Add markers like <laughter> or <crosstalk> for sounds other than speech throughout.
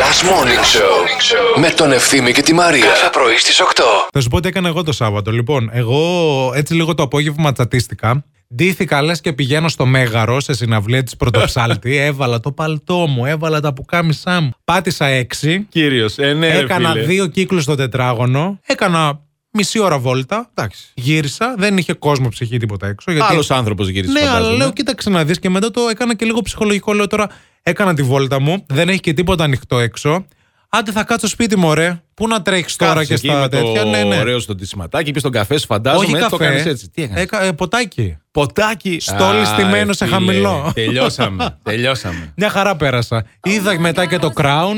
Last Morning Show με τον Ευθύμη και τη Μαρία. Κάθε πρωί στις 8. Θα σου πω τι έκανα εγώ το Σάββατο. Λοιπόν, εγώ έτσι λίγο το απόγευμα τσατίστηκα. Ντύθηκα λες και πηγαίνω στο Μέγαρο σε συναυλία της <laughs> Πρωτοψάλτη. έβαλα το παλτό μου, έβαλα τα πουκάμισά μου. Πάτησα έξι. Κύριος, ε, ναι, ρε Έκανα φίλε. δύο κύκλους στο τετράγωνο. Έκανα μισή ώρα βόλτα. Εντάξει. Γύρισα. Δεν είχε κόσμο ψυχή τίποτα έξω. Γιατί... Άλλος άνθρωπος γύρισε. Ναι, αλλά φαντάζομαι. λέω, κοίταξε να δεις και μετά το έκανα και λίγο ψυχολογικό. Λέω τώρα, έκανα τη βόλτα μου. Δεν έχει και τίποτα ανοιχτό έξω. Άντε θα κάτσω σπίτι μου, ρε. Πού να τρέχει Κάθεσαι τώρα και εκεί στα με το τέτοια. Ναι, ναι. Ωραίο στο τισματάκι, πεις τον καφέ σου, φαντάζομαι. Όχι έτσι καφέ. το κάνεις έτσι. Τι έκανες. Έκα- ε, ποτάκι. Ποτάκι. Στόλι Α, στημένο σε ρε, φίλε. χαμηλό. Τελειώσαμε. Τελειώσαμε. <laughs> Μια χαρά πέρασα. Είδα μετά και το Crown.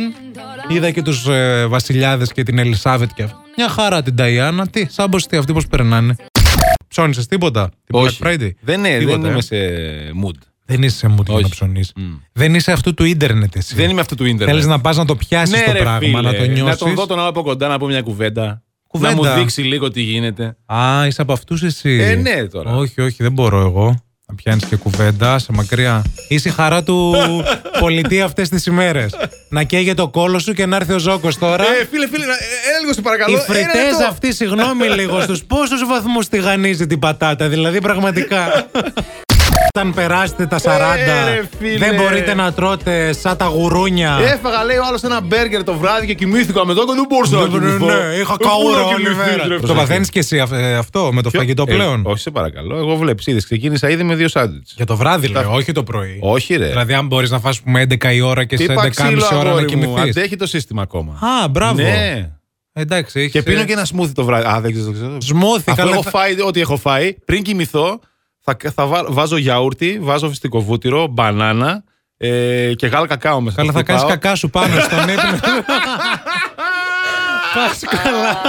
Είδα και τους ε, Βασιλιάδες και την Ελισάβετ και αυτό. Μια χαρά την Ταϊάννα. Τι, σαν πως τι, αυτοί πώ περνάνε. Ψώνισες τίποτα. Την Όχι. Black Friday. Δεν, ε, Τίποτα, δεν ε. είμαι σε mood. Δεν είσαι μου για να Όχι. Mm. ψωνεί. Δεν είσαι αυτού του ίντερνετ εσύ. Δεν είμαι αυτού του ίντερνετ. Θέλεις να πας να το πιάσεις ναι, το ρε, πράγμα, φίλε. να το νιώσει. Να τον δω τον άλλο από κοντά, να πω μια κουβέντα. Κουβέντα. Να μου δείξει λίγο τι γίνεται. Α, είσαι από αυτούς εσύ. Ε, ναι, τώρα. Όχι, όχι, δεν μπορώ εγώ. Να πιάνεις και κουβέντα, σε μακριά. Είσαι η χαρά <laughs> του πολιτή αυτές τις ημέρες. να καίγεται το κόλο σου και να έρθει ο Ζόκο τώρα. Ε, φίλε, φίλε, να- ε, ένα λίγο στο παρακαλώ. Ε, Οι Ένα λεπτό. φρετέ αυτή, συγγνώμη λίγο, στους πόσους βαθμούς τηγανίζει την πατάτα, δηλαδή πραγματικά. <laughs> Όταν περάσετε τα 40, Ε, ρε, φίλε. Ε, δεν μπορείτε να τρώτε σαν τα γουρούνια. Έφαγα, λέει ο άλλος ένα μπέργκερ το βράδυ και κοιμήθηκα μετά και δεν μπορούσα να Ναι, ναι, κοιμηθώ. ναι, είχα Δεν μπορώ καούρα να όλη κοιμηθείς, ρε, μέρα. Το φίλε. παθαίνεις και εσύ αυ- ε, αυτό με το Ποιο- φαγητό Ε, πλέον. όχι, σε παρακαλώ. Εγώ βλέπεις, είδες, ξεκίνησα ήδη με δύο σάντουιτ. Για το βράδυ, λέω, όχι το πρωί. Όχι, ρε. Δηλαδή, αν μπορείς να φας πούμε 11 η ώρα και σε Είπα 11.30 ξύλο ώρα να Ε. αγόρι μου. κοιμηθείς. Αντέχει το σύστημα ακόμα. Α, μπράβο. Ναι. Εντάξει, έχεις, Και πίνω ε, και ένα σμούθι το βράδυ. Α, δεν ξέρω. δεν ξέρω. Σμούθι, Αφού καλά. έχω φάει ό,τι έχω φάει, πριν κοιμηθώ, θα, θα βά- βάζω γιαούρτι, βάζω φυστικό βούτυρο, μπανάνα ε, και γάλα κακάο μέσα. Καλά, Το θα κάνεις χτυπάω. κακά σου πάνω στον ύπνο. <laughs> Πας καλά.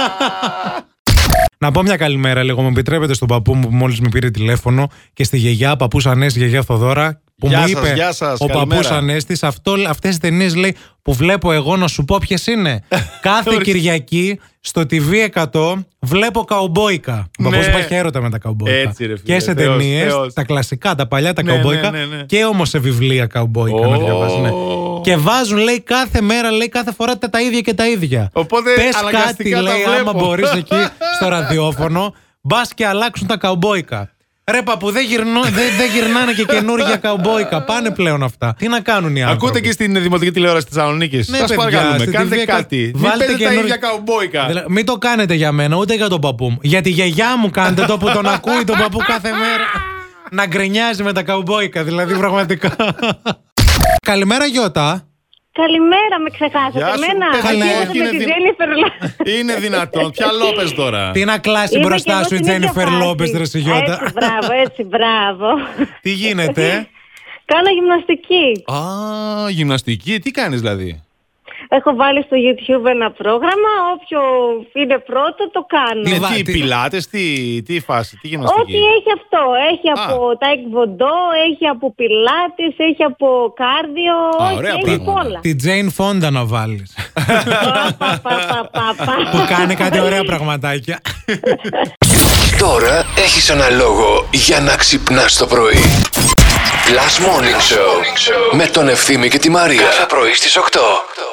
Να πω μια καλημέρα λίγο. Μου επιτρέπετε στον παππού μου που μόλις με πήρε τηλέφωνο και στη γιαγιά, παππούς Ανέστη, γιαγιά Θοδώρα, που Γεια μου σας, είπε γεια σας, ο καλημέρα. παππούς Ανέστη, αυτέ τι ταινίες λέει που βλέπω εγώ να σου πω ποιες είναι. <laughs> Κάθε Ορίστε. Κυριακή στο TV100 βλέπω καουμπόικα. Ο παππούς Ναι. υπάρχει έρωτα με τα καουμπόικα. Έτσι, ρε, φίλε, και σε θεός, ταινίες, θεός. τα κλασικά, τα παλιά, τα Ναι, καουμπόικα ναι, ναι, ναι. και όμως σε βιβλία καουμπόικα να Ω. διαβάζει. ναι. Και βάζουν, λέει, κάθε μέρα, λέει, κάθε φορά τα, τα ίδια και τα ίδια. Οπότε, Πες κάτι, αναγκαστικά τα λέει, βλέπω. άμα μπορείς εκεί <laughs> στο ραδιόφωνο, μπας και αλλάξουν τα καουμπόικα. Ρε παππού, δεν, γυρνώ, δεν, δεν γυρνάνε και καινούργια καουμπόικα. Πάνε πλέον αυτά. Τι να κάνουν οι άνθρωποι. Ακούτε και στην δημοτική τηλεόραση της Θεσσαλονίκης. Ναι, Σας παιδιά, παρακαλούμε, στην κάντε TV100 κάτι. Μην βάλτε παίζετε τα καινούργια- ίδια καουμπόικα. Δηλαδή, μην το κάνετε για μένα, ούτε για τον παππού μου. Για τη γιαγιά μου κάντε το που τον ακούει τον παππού κάθε μέρα. Να γκρινιάζει με τα καουμπόικα, δηλαδή <laughs> πραγματικά. Καλημέρα Γιώτα. Καλημέρα, με ξεχάσατε. Γεια σου, Εμένα, παιδάκι, Εκεί όχι, ήμουν είναι με τη δυνα- Τζένιφερ Λα- Είναι δυνατόν. Ποια λόπες τώρα. Τι να κλάσει Είμαι κι μπροστά εγώ σου η στην ίδια Τζένιφερ φάση. Λόπες, ρε εσύ, Γιώτα. Έτσι, μπράβο, έτσι, μπράβο. Τι γίνεται. Κάνω γυμναστική. Α, γυμναστική, τι κάνεις δηλαδή. Έχω βάλει στο YouTube ένα πρόγραμμα. Όποιο είναι πρώτο, το κάνω. Τι Ναι, βα- τι, τι- πιλάτες, τι, τι φάση, τι Ό,τι γυμναστική. έχει αυτό. Έχει Α. από τα εκβοντό, έχει από πιλάτες, έχει από κάρδιο. Α, έχει- ωραία έχει πράγματα. όλα. <laughs> Την Τζέιν Φόντα να βάλεις. <laughs> Πα, πα, πα, πα, πα. που κάνει κάτι ωραία πραγματάκια. Τώρα έχεις ένα λόγο για να ξυπνάς το πρωί. Last Morning Show με τον Ευθύμη και τη Μαρία. Κάθε πρωί στις 8.